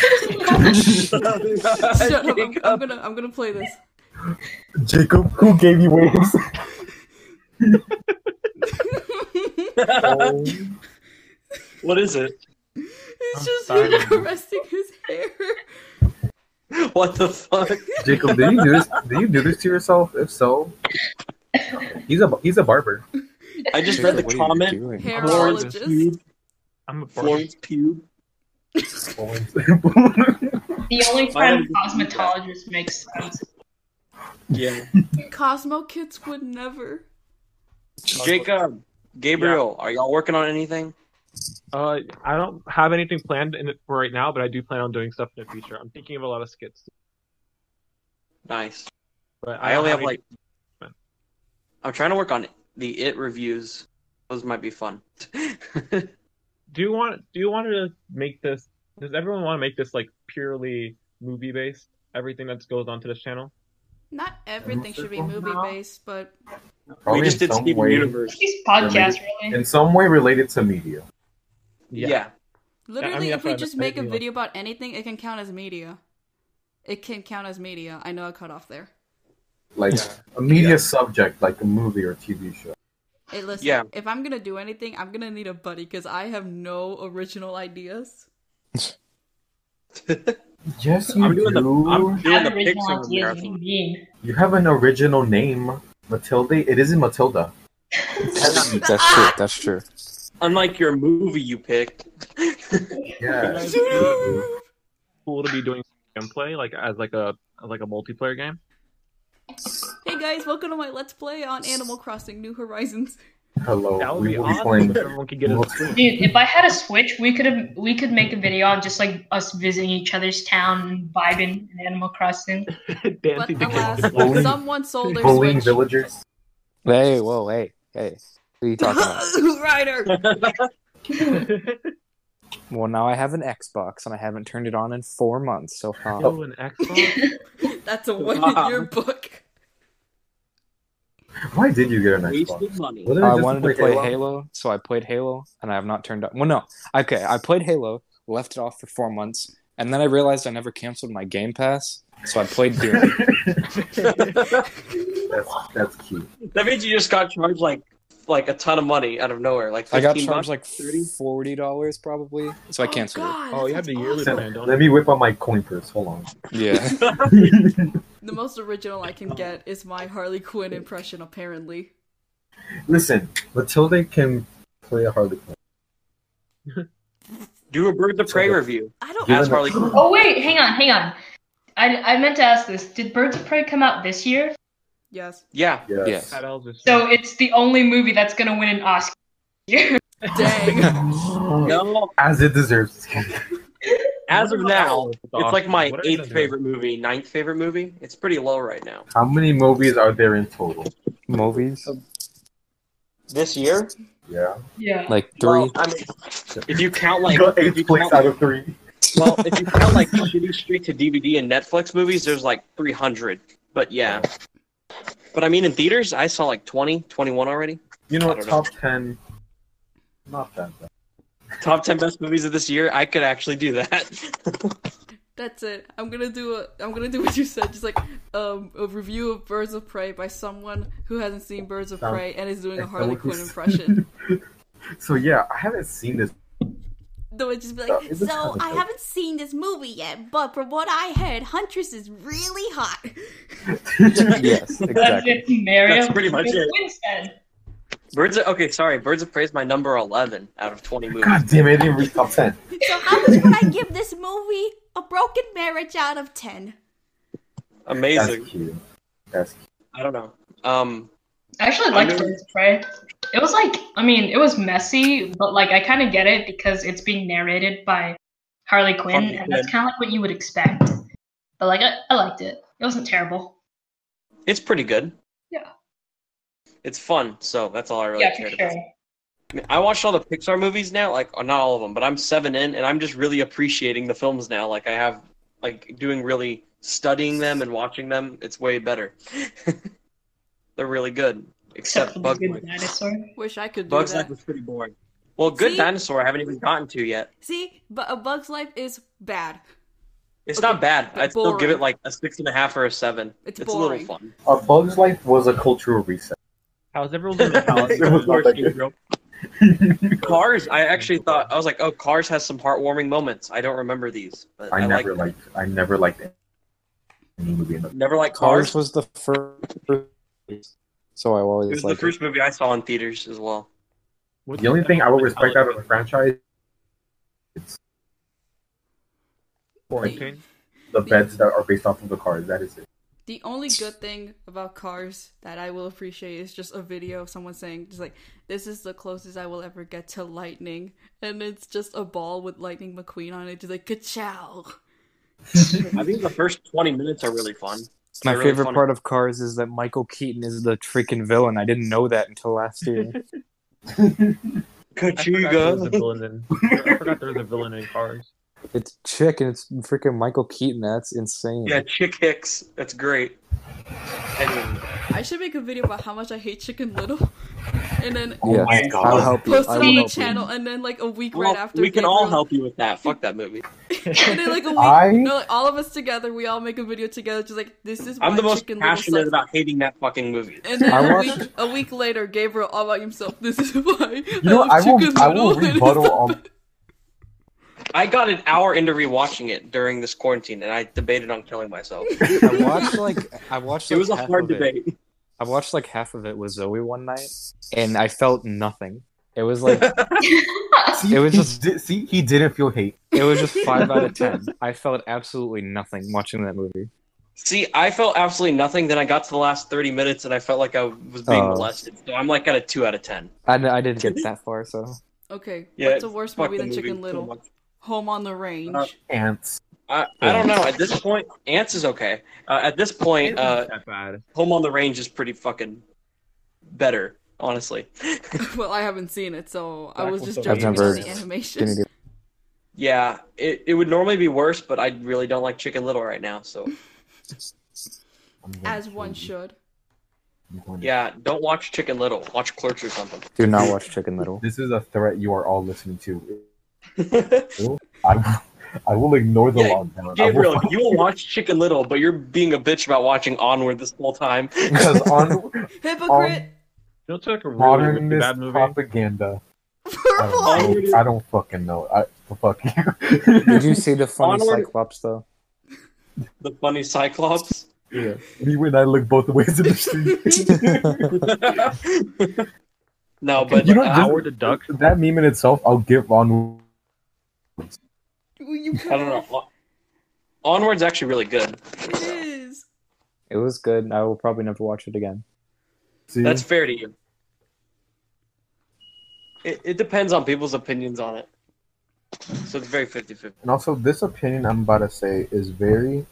Shut up. I'm, I'm going to I'm going to play this. Jacob, who gave you waves? oh, what is it? it's I'm just sorry. me caressing his hair. What the fuck? Jacob, did you do this? Did you do this to yourself? If so, he's a he's a barber. I just read the What are you comment. doing? Hair- Florence Hairologist. Pugh. I'm a barber. Florence Pugh. The only Why time would you do that? cosmetologist makes sense. Yeah. Cosmo kids would never. Jacob, Gabriel, are y'all working on anything? Uh, I don't have anything planned in it for right now, but I do plan on doing stuff in the future. I'm thinking of a lot of skits, Nice. but I only have any- like. I'm trying to work on the it reviews. Those might be fun. Do you want? Do you want to make this? Does everyone want to make this like purely movie based? Everything that goes onto this channel. Not everything should be movie based, but we Probably just in did some Steven way- Universe. These podcasts really. in some way related to media. Yeah. literally, mean, if that's we what I just meant, make a maybe, like- video about anything, it can count as media. It can count as media. I know I cut off there. like a media subject, like a movie or TV show. Hey, listen, Yeah. if I'm gonna do anything, I'm gonna need a buddy because I have no original ideas. Yes, you I'm doing do. the- I'm Doing the Have Pixar original ideas, what do marathon. you mean? You have an original name, Matilda. It isn't Matilda. That's true. That's true. Unlike your movie you picked. Yeah. Cool to be doing gameplay like as like a as like a multiplayer game. Hey guys, welcome to my Let's Play on Animal Crossing New Horizons. That Hello. would We be will be awesome. playing. if everyone could get a switch. Dude, if I had a Switch, we could have we could make a video on just like us visiting each other's town and vibing in Animal Crossing. But Dancing alas, together. Bullying- someone sold their Bullying Switch. villagers. Hey, whoa, hey, hey. What are you talking about? Ryder! Well, now I have an Xbox and I haven't turned it on in four months. So huh? Oh, an Xbox. That's a win in Wow. your book. Why did you get an Xbox? Wasted money. Wasn't it I just wanted to play Halo? so I played Halo and I have not turned on. Well, no, okay, I played Halo, left it off for four months, and then I realized I never canceled my Game Pass, so I played Doom. That's that's cute. That means you just got charged like like a ton of money out of nowhere. Like I got 15 bucks, charged like 30. forty dollars probably, so I canceled God, Oh, that you have the sounds yearly awesome. plan, don't Let you? me whip out my coin purse. Hold on. it. Yeah, The most original I can get is my Harley Quinn impression, apparently. Listen, Matilda can play a Harley Quinn. Do a Birds of Prey Okay. review. I don't. Yeah. That's Harley Quinn. Oh wait, hang on, hang on. I, I meant to ask this. Did Birds of Prey come out this year? Yes. Yeah. Yes. yeah. That elves is- So it's the only movie that's gonna win an Oscar. this year. Dang. No, As it deserves. as of now, What it's are like my they gonna eighth do? favorite movie, ninth favorite movie. It's pretty low right now. How many movies are there in total? movies This year? Yeah. yeah. like Well, three. I mean, if you count like You got if you eighth place count, out of three. well, if you count like shitty straight to DVD and Netflix movies, there's like 300. But yeah. But I mean, in theaters, I saw like 20, 21 already. You know I what? don't Top ten. Not that bad. Top 10 best movies of this year. I could actually do that. That's it. I'm gonna do a. I'm gonna do what you said. Just like um, a review of Birds of Prey by someone who hasn't seen Birds of Sounds- Prey and is doing a That's Harley what we Quinn s- impression. so yeah, I haven't seen this they would just be Uh, like, it's kind so of I dope." haven't seen this movie yet, but from what I heard, Huntress is really hot. yes, That's exactly. it, Mario. That's pretty much it. Winstead. Birds of, okay, sorry. Birds of Prey's my number 11 out of 20 movies. God damn it! I didn't reach top ten. So how much would I give this movie a broken marriage out of ten? Amazing. That's cute. That's cute. I don't know. Um, I actually liked I know- Birds of Prey. It was like, I mean, it was messy, but like I kind of get it because it's being narrated by Harley Quinn, Harley and that's Quinn. kind of like what you would expect. But like, I, I liked it. It wasn't terrible. it's pretty good. Yeah. It's fun, so that's all I really yeah, for cared sure. about. I, mean, I watched all the Pixar movies now, like or not all of them, but I'm seven in, and I'm just really appreciating the films now. Like I have, like doing really studying them and watching them. It's way better. They're really good, Except except for the Bugs good Life. dinosaur. Wish I could do Bugs that. Life was pretty boring. Well, Good See? Dinosaur I haven't even gotten to yet. See, but a Bug's Life is bad. It's Okay, not bad. but I'd still give boring. it like a six and a half or a seven. It's It's, boring. a little fun. A Bug's Life was a cultural reset. How's everyone doing? How's It was not that good. Gabriel? Cars, I actually thought I was like, oh, Cars has some heartwarming moments. I don't remember these, but I, I like never liked. I never liked any movie. In the- never like Cars. Cars was the first, so I It was always the like. first movie I saw in theaters as well. What's the only thing I would respect out of the franchise, it's quarantine. the beds that are based off of the cars. That is it. The only good thing about Cars that I will appreciate is just a video of someone saying, just like, this is the closest I will ever get to lightning. And it's just a ball with Lightning McQueen on it. Just like, ka-chow. I think the first twenty minutes are really fun. My They're really favorite funny. part of Cars is that Michael Keaton is the freaking villain. I didn't know that until last year. I forgot there was a villain in. I forgot there was a villain in Cars. it's chick and it's freaking Michael Keaton. That's insane. Yeah, Chick Hicks. That's great. Anyway, I should make a video about how much I hate Chicken Little. And then Yes. Oh my I'll help you. post I it will on the help you. channel. And then, like, a week well, right after. we can all Gabriel- help you with that. Fuck that movie. and then, like, a week. I- No, like, all of us together, we all make a video together. Just like, this is why I'm the most Chicken Little passionate sucks. about hating that fucking movie. And then I a watched- week, a week later, Gabriel all by himself. This is why. You know, I will. I will rebuttal on. I got an hour into rewatching it during this quarantine, and I debated on killing myself. I watched like I watched. It like, was a half hard of it. debate. I watched like half of it with Zoe one night, and I felt nothing. It was like See, It was he just- di- see, he didn't feel hate. it was just five out of ten. I felt absolutely nothing watching that movie. See, I felt absolutely nothing. Then I got to the last 30 minutes and I felt like I was being Oh. molested. So I'm like at a 2 out of 10. I, I didn't get that far, so Okay, Yeah, what's a worse Fuck movie the than movie Chicken too Little? much. Home on the Range. Uh, Ants. I, I don't know. At this point, Ants is okay. Uh, at this point, uh, that bad. Home on the Range is pretty fucking better, honestly. well, I haven't seen it, so I Black was was just so judging I've it on never the animation. didn't get yeah, it, it would normally be worse, but I really don't like Chicken Little right now. So As Mm-hmm. one should. yeah, don't watch Chicken Little. Watch Clerks or something. do not watch Chicken Little. This is a threat you are all listening to. Gabriel, I, will- I will ignore the Yeah, lockdown. I will, you will watch Chicken Little, but you're being a bitch about watching Onward this whole time. because on Hypocrite! You know, it's like a really, really modernist bad movie. propaganda, I Purple! don't, know. I don't fucking know. I fuck you. Did you see the funny Onward- Cyclops though? The funny Cyclops. Yeah. Me and I look both ways in the street. no, but You know, uh, just- Howard the Duck. that meme in itself, I'll give on. Will you I don't know. Onward's actually really good. It is. It was good. I will probably never watch it again. See, That's fair to you. It, it depends on people's opinions on it. So it's very 50 50. and also this opinion I'm about to say is very,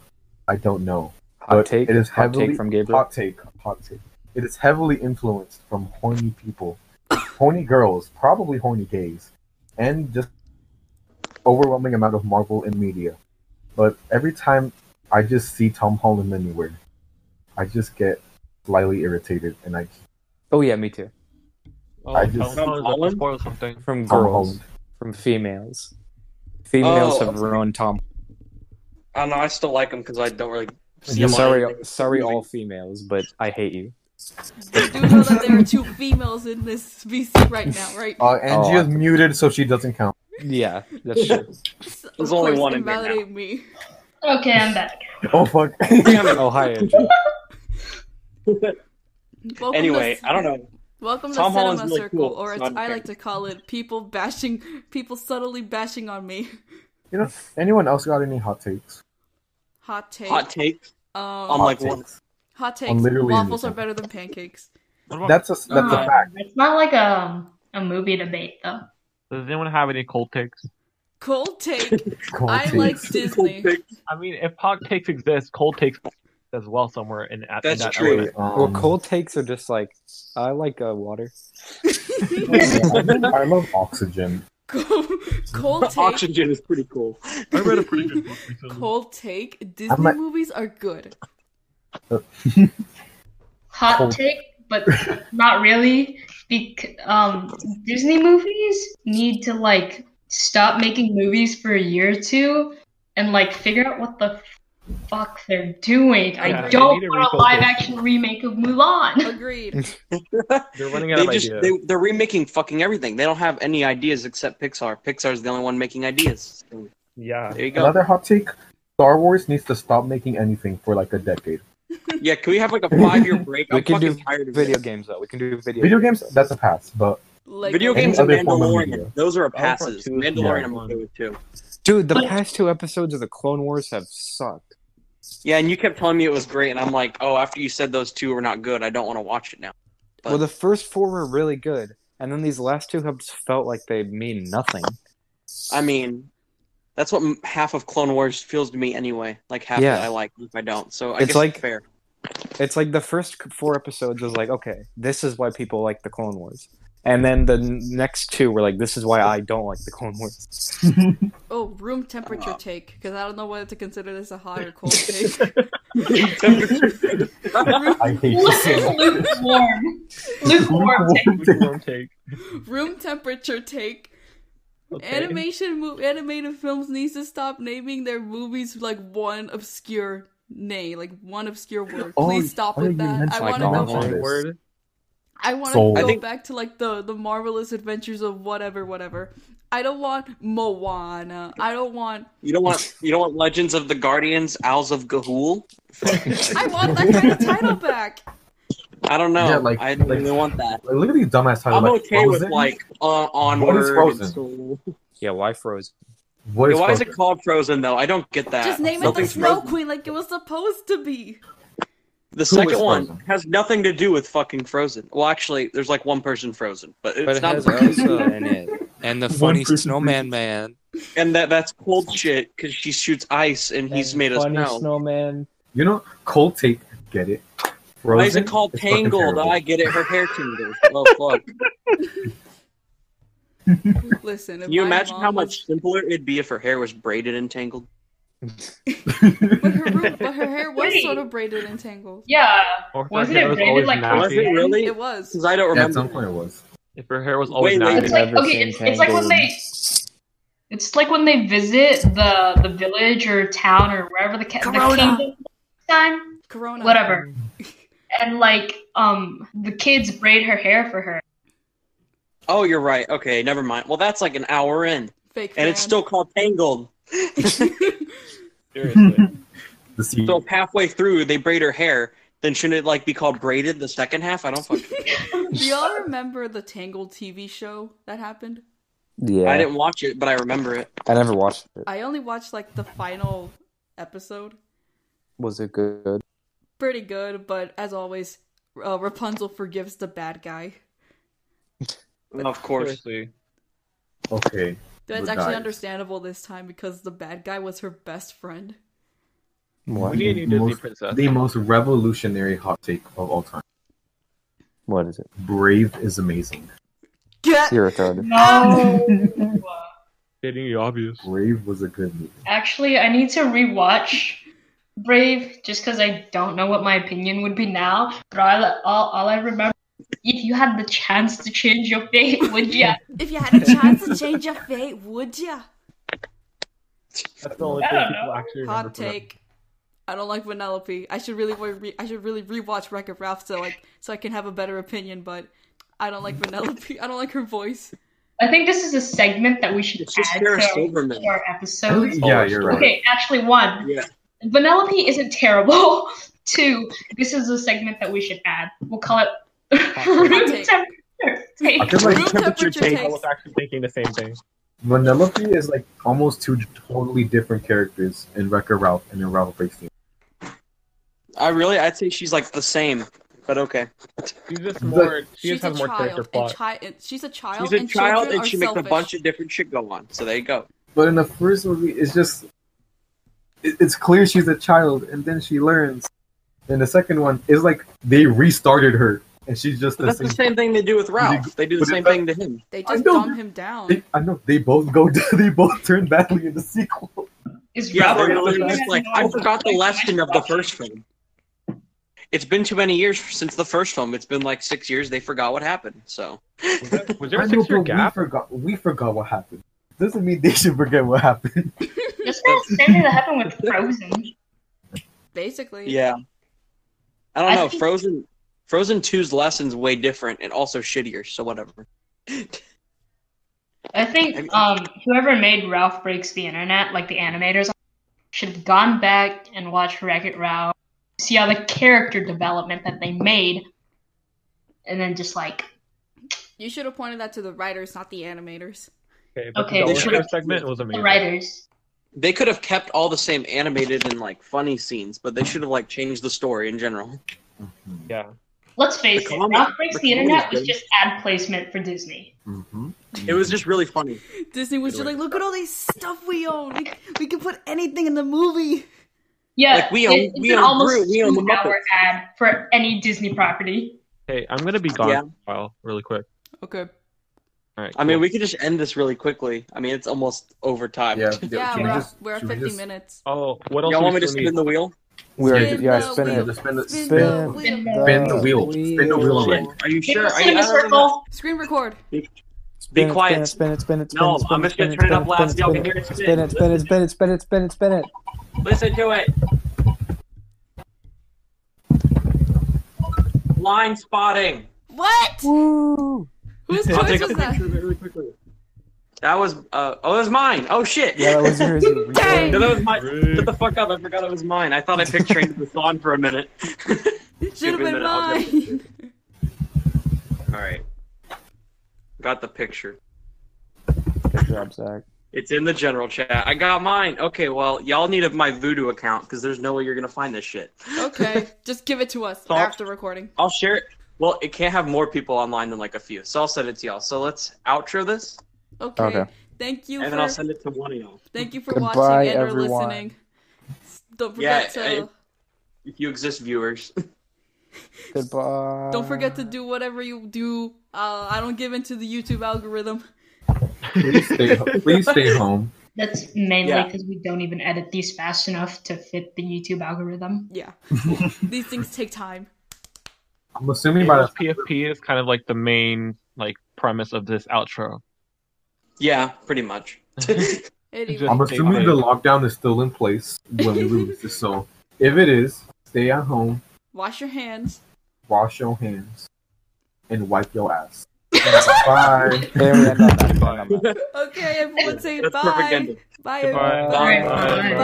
I don't know. Hot But take. It is hot heavily take from Gabriel. Hot take. Hot take. It is heavily influenced from horny people, horny girls, probably horny gays, and just overwhelming amount of Marvel in media. But every time I just see Tom Holland anywhere, I just get slightly irritated, and I Oh yeah, me too. Oh, I I just- just Holland? spoil something. From Tom girls. Holland. From females. Females Oh. have ruined Tom. I don't know. I still like him because I don't really see him. on Sorry, anything. sorry, all females, but I hate you. You do know that there are two females in this VC right now, right? Uh, Angie Oh, I- is muted, so she doesn't count. Yeah, that's true. S- of There's only course, one in here now. invalidate me. Okay, I'm back. Oh fuck. Damn it. oh, hi, Andrew. Welcome anyway, to, I don't know. Welcome Tom to Cinema Holland's really Circle, cool. or It's it's, not I okay. like to call it people bashing, people subtly bashing on me. you know, anyone else got any hot takes? Hot take. Hot take. um, on Hot like one. takes. hot takes. I'm literally Waffles are innocent. better than pancakes. What about, That's a that's Uh, a fact. It's not like a a movie debate though. does anyone have any cold takes? Cold take. Cold I takes. like Disney. I mean, if hot takes exist, cold takes as well somewhere in. at- in That's that true. element. Um, well, cold takes are just like I like uh, water. I love oxygen. Cold, cold take. Oxygen is pretty cool. I read a pretty good book recently. Cold take. Disney might- movies are good. hot Cold. take, but not really. Bec- um, Disney movies need to like stop making movies for a year or two and like figure out what the fuck they're doing. Yeah, I they don't need to want a refocus. live action remake of Mulan. Agreed. They're running out They of just ideas. they, they're remaking fucking everything. They don't have any ideas except Pixar. Pixar's the only one making ideas. So, Yeah. There you go. Another hot take: Star Wars needs to stop making anything for like a decade. Yeah, can we have like a five year break? We I'm can fucking do tired of Video this. games though. We can do video. Video games, that's a pass, but Like Video Any games and other form of media. Mandalorian. Those are Battlefront passes. 2 is Mandalorian, yeah. I'm okay with too. Dude, the past two episodes of the Clone Wars have sucked. Yeah, and you kept telling me it was great, and I'm like, oh, after you said those two were not good, I don't want to watch it now. Well, the first four were really good, and then these last two have just felt like they mean nothing. I mean, that's what m- half of Clone Wars feels to me anyway. Like half Yeah. that I like, if I don't. So I It's guess like- fair. It's like the first c- four episodes was like, okay, this is why people like the Clone Wars, and then the n- next two were like, this is why I don't like the Clone Wars. Oh, room temperature Uh. take, because I don't know whether to consider this a hot or cold take. room, I hate this. Lukewarm. Lukewarm take. Lukewarm take. room temperature take. Okay. Animation mo- animated films needs to stop naming their movies like one obscure name, like one obscure word. Oh, Please stop oh, with you that. I mentioned like want to that go. one. Back, Word. I want to Soul. I go think- back to like the the marvelous adventures of whatever, whatever. I don't want Moana. I don't want. You don't want you don't want Legends of the Guardians, Owls of Gahul. I want that kind of title back. I don't know. Yeah, like- I don't like- really want that. Like, look at these dumbass I'm titles. like, okay with Frozen? like uh, What is onward. Frozen? and Soul. yeah, why Frozen? What Yeah, is, why is Frozen? it called Frozen though? I don't get that. Just name it the Nothing's Snow Frozen. Queen, like it was supposed to be. The second is one Frozen? has nothing to do with fucking Frozen. Well, actually, there's like one person Frozen, but it's But it not. has Elsa in it, and the funny person- snowman man. and that that's cold shit because she shoots ice and he's made us know. snowman. You know, cold take. Get it? Frozen. Why is it called fucking Tangled? terrible. I get it. Her hair tingles. Oh fuck! Listen, if Can you my imagine mom how was- much simpler it'd be if her hair was braided and tangled? But her, room, but her hair was Wait. sort of braided and tangled. Yeah. Or if Wasn't her it hair was rated always like nappy, Was it really? It was. Because I don't Yeah, at some remember. point it was. If her hair was always Wait, wait, nappy. It's like Never okay, seen it's, it's like when Tangled. they it's like when they visit the the village or town or wherever the, ca- the Corona. kingdom time Corona. whatever. And like, um, the kids braid her hair for her. Oh, you're right. Okay, never mind. Well, that's like an hour in, Fake. and it's still called Tangled. Seriously. The sea. So halfway through, they braid her hair. Then shouldn't it like be called braided the second half? I don't fucking. Do y'all remember the Tangled TV show that happened? yeah, I didn't watch it, but I remember it. I never watched it. I only watched like the final episode. Was it good? Pretty good, but as always, uh, Rapunzel forgives the bad guy. oh, Of course. Seriously. okay. That's Good actually guy. understandable this time because the bad guy was her best friend. What? We need a new Disney Most- princess. The most revolutionary hot take of all time. What is it? Brave is amazing. Get You're retarded. No. Stating the obvious. Brave was a good movie. Actually, I need to rewatch Brave just because I don't know what my opinion would be now. But all, all, all I remember, if you had the chance to change your fate, would you? if you had a chance to change your fate, would ya? That's the only I thing don't people know. actually remember. Hot from that. take. I don't like Vanellope. I should really wa- re- I should really rewatch Wreck-It Ralph so like so I can have a better opinion. But I don't like Vanellope. I don't like her voice. I think this is a segment that we should It's just add Sarah to Silverman. our episodes. yeah, you're right. Okay, actually, one. Yeah. Vanellope isn't terrible. Two, this is a segment that we should add. We'll call it room Take. temperature. I take. feel Room like temperature Jake, I takes- was actually thinking the same thing. Vanellope is like almost two totally different characters in Wreck-It Ralph and in Ralph Breaks the I really, I'd say she's like the same, but okay. She's just But- more. She she's just has a more child. character and plot. chi- and she's a child. She's a Oh, and child children and she are makes a selfish. bunch of different shit go on. So there you go. But in the first movie, it's just it, it's clear she's a child, and then she learns. In the second one, it's like they restarted her, and she's just But the that's same. the same thing they do with Ralph. They do the But same it's- thing to him. They I just know. dumb him down. They, I know they both go. They both turn badly in the sequel. Is Yeah, Robert they're really Downey literally just Jr. like, not I a forgot the good lesson of the actor? first film. It's been too many years since the first film. It's been like six years. They forgot what happened. So Was there- Was there I a know, six year but we gap? forgot. We forgot what happened. Doesn't mean they should forget what happened. That's not the same thing that happened with Frozen. Basically, yeah, I don't I know. think- Frozen, Frozen 2's lessons way different and also shittier. So whatever. I think um, whoever made Ralph Breaks the Internet, like the animators, should have gone back and watched Wreck It Ralph, see all the character development that they made, and then just like, you should have pointed that to the writers, not the animators. Okay, but Okay. They the Dollar should've- segment was the amazing. writers. They could have kept all the same animated and like funny scenes, but they should have like changed the story in general. Mm-hmm. Yeah. Let's face The it, comic- Ralph Breaks the the, Internet comic was is just ad placement for Disney. Mm-hmm. It was just really funny. Disney was just like, look at all this stuff we own. We, we can put anything in the movie. Yeah, Like, we it- own- it's we an own almost Groot, we own the two-hour ad for any Disney property. Hey, I'm gonna be gone Yeah. for a while, really quick. Okay. All right. I mean, cool. we could just end this really quickly. I mean, it's almost overtime. Yeah, Yeah. should we're, we at- just- we're at should we 50 just- minutes. Oh, what else? Y'all do want me we to still need? spin the wheel? We are, Spin yeah, the spin wheel. it. Just spin the Spin spin, the Spin- wheel. spin the wheel. Spin the wheel already. Are you Hit sure? the Are you, I cinema don't know. circle. Screen record. Be Spin it, quiet. Spin it, spin it, spin No, it, spin I'm it, just gonna spin turn it, it spin up loud so y'all spin can hear it spin. Spin it, spin it, spin it, spin it, spin it, spin it. Listen to it. Line spotting. What? Woo! Whose I'll choice take a was that? picture of it really quickly. That was uh oh, that was mine. Oh shit. Yeah, that was yours. No, Dang. that was mine. Shut the fuck up! I forgot it was mine. I thought I picked Train to Busan for a minute. Should have Give me a been minute, I'll get mine. All right, got the picture. Good job, Zach. It's in the general chat. I got mine. Okay, well, y'all need my Voodoo account because there's no way you're gonna find this shit. Okay, just give it to us Stop. after recording. I'll share it. Well, it can't have more people online than like a few, so I'll send it to y'all. So let's outro this, Okay. Okay. Thank you and for then I'll send it to one of y'all. thank you for Goodbye, watching and or everyone. listening. S- Don't forget Yeah, to I- If you exist, viewers. Goodbye. don't forget Uh. to do whatever you do. Uh, I don't give in to the YouTube algorithm. Please stay. Please stay home. That's mainly Yeah. because we don't even edit these fast enough to fit the YouTube algorithm. Yeah, these things take time. I'm assuming by the PFP is kind of like the main like premise of this outro. yeah, pretty much. Anyway, Just- I'm assuming the lockdown is still in place when we lose this. So if it is, stay at home, wash your hands. wash your hands, and wipe your ass. Bye. There we end on that. Okay, everyone say That's perfect bye. ending. Bye. Goodbye. everyone. Alright, Bye. bye. Bye.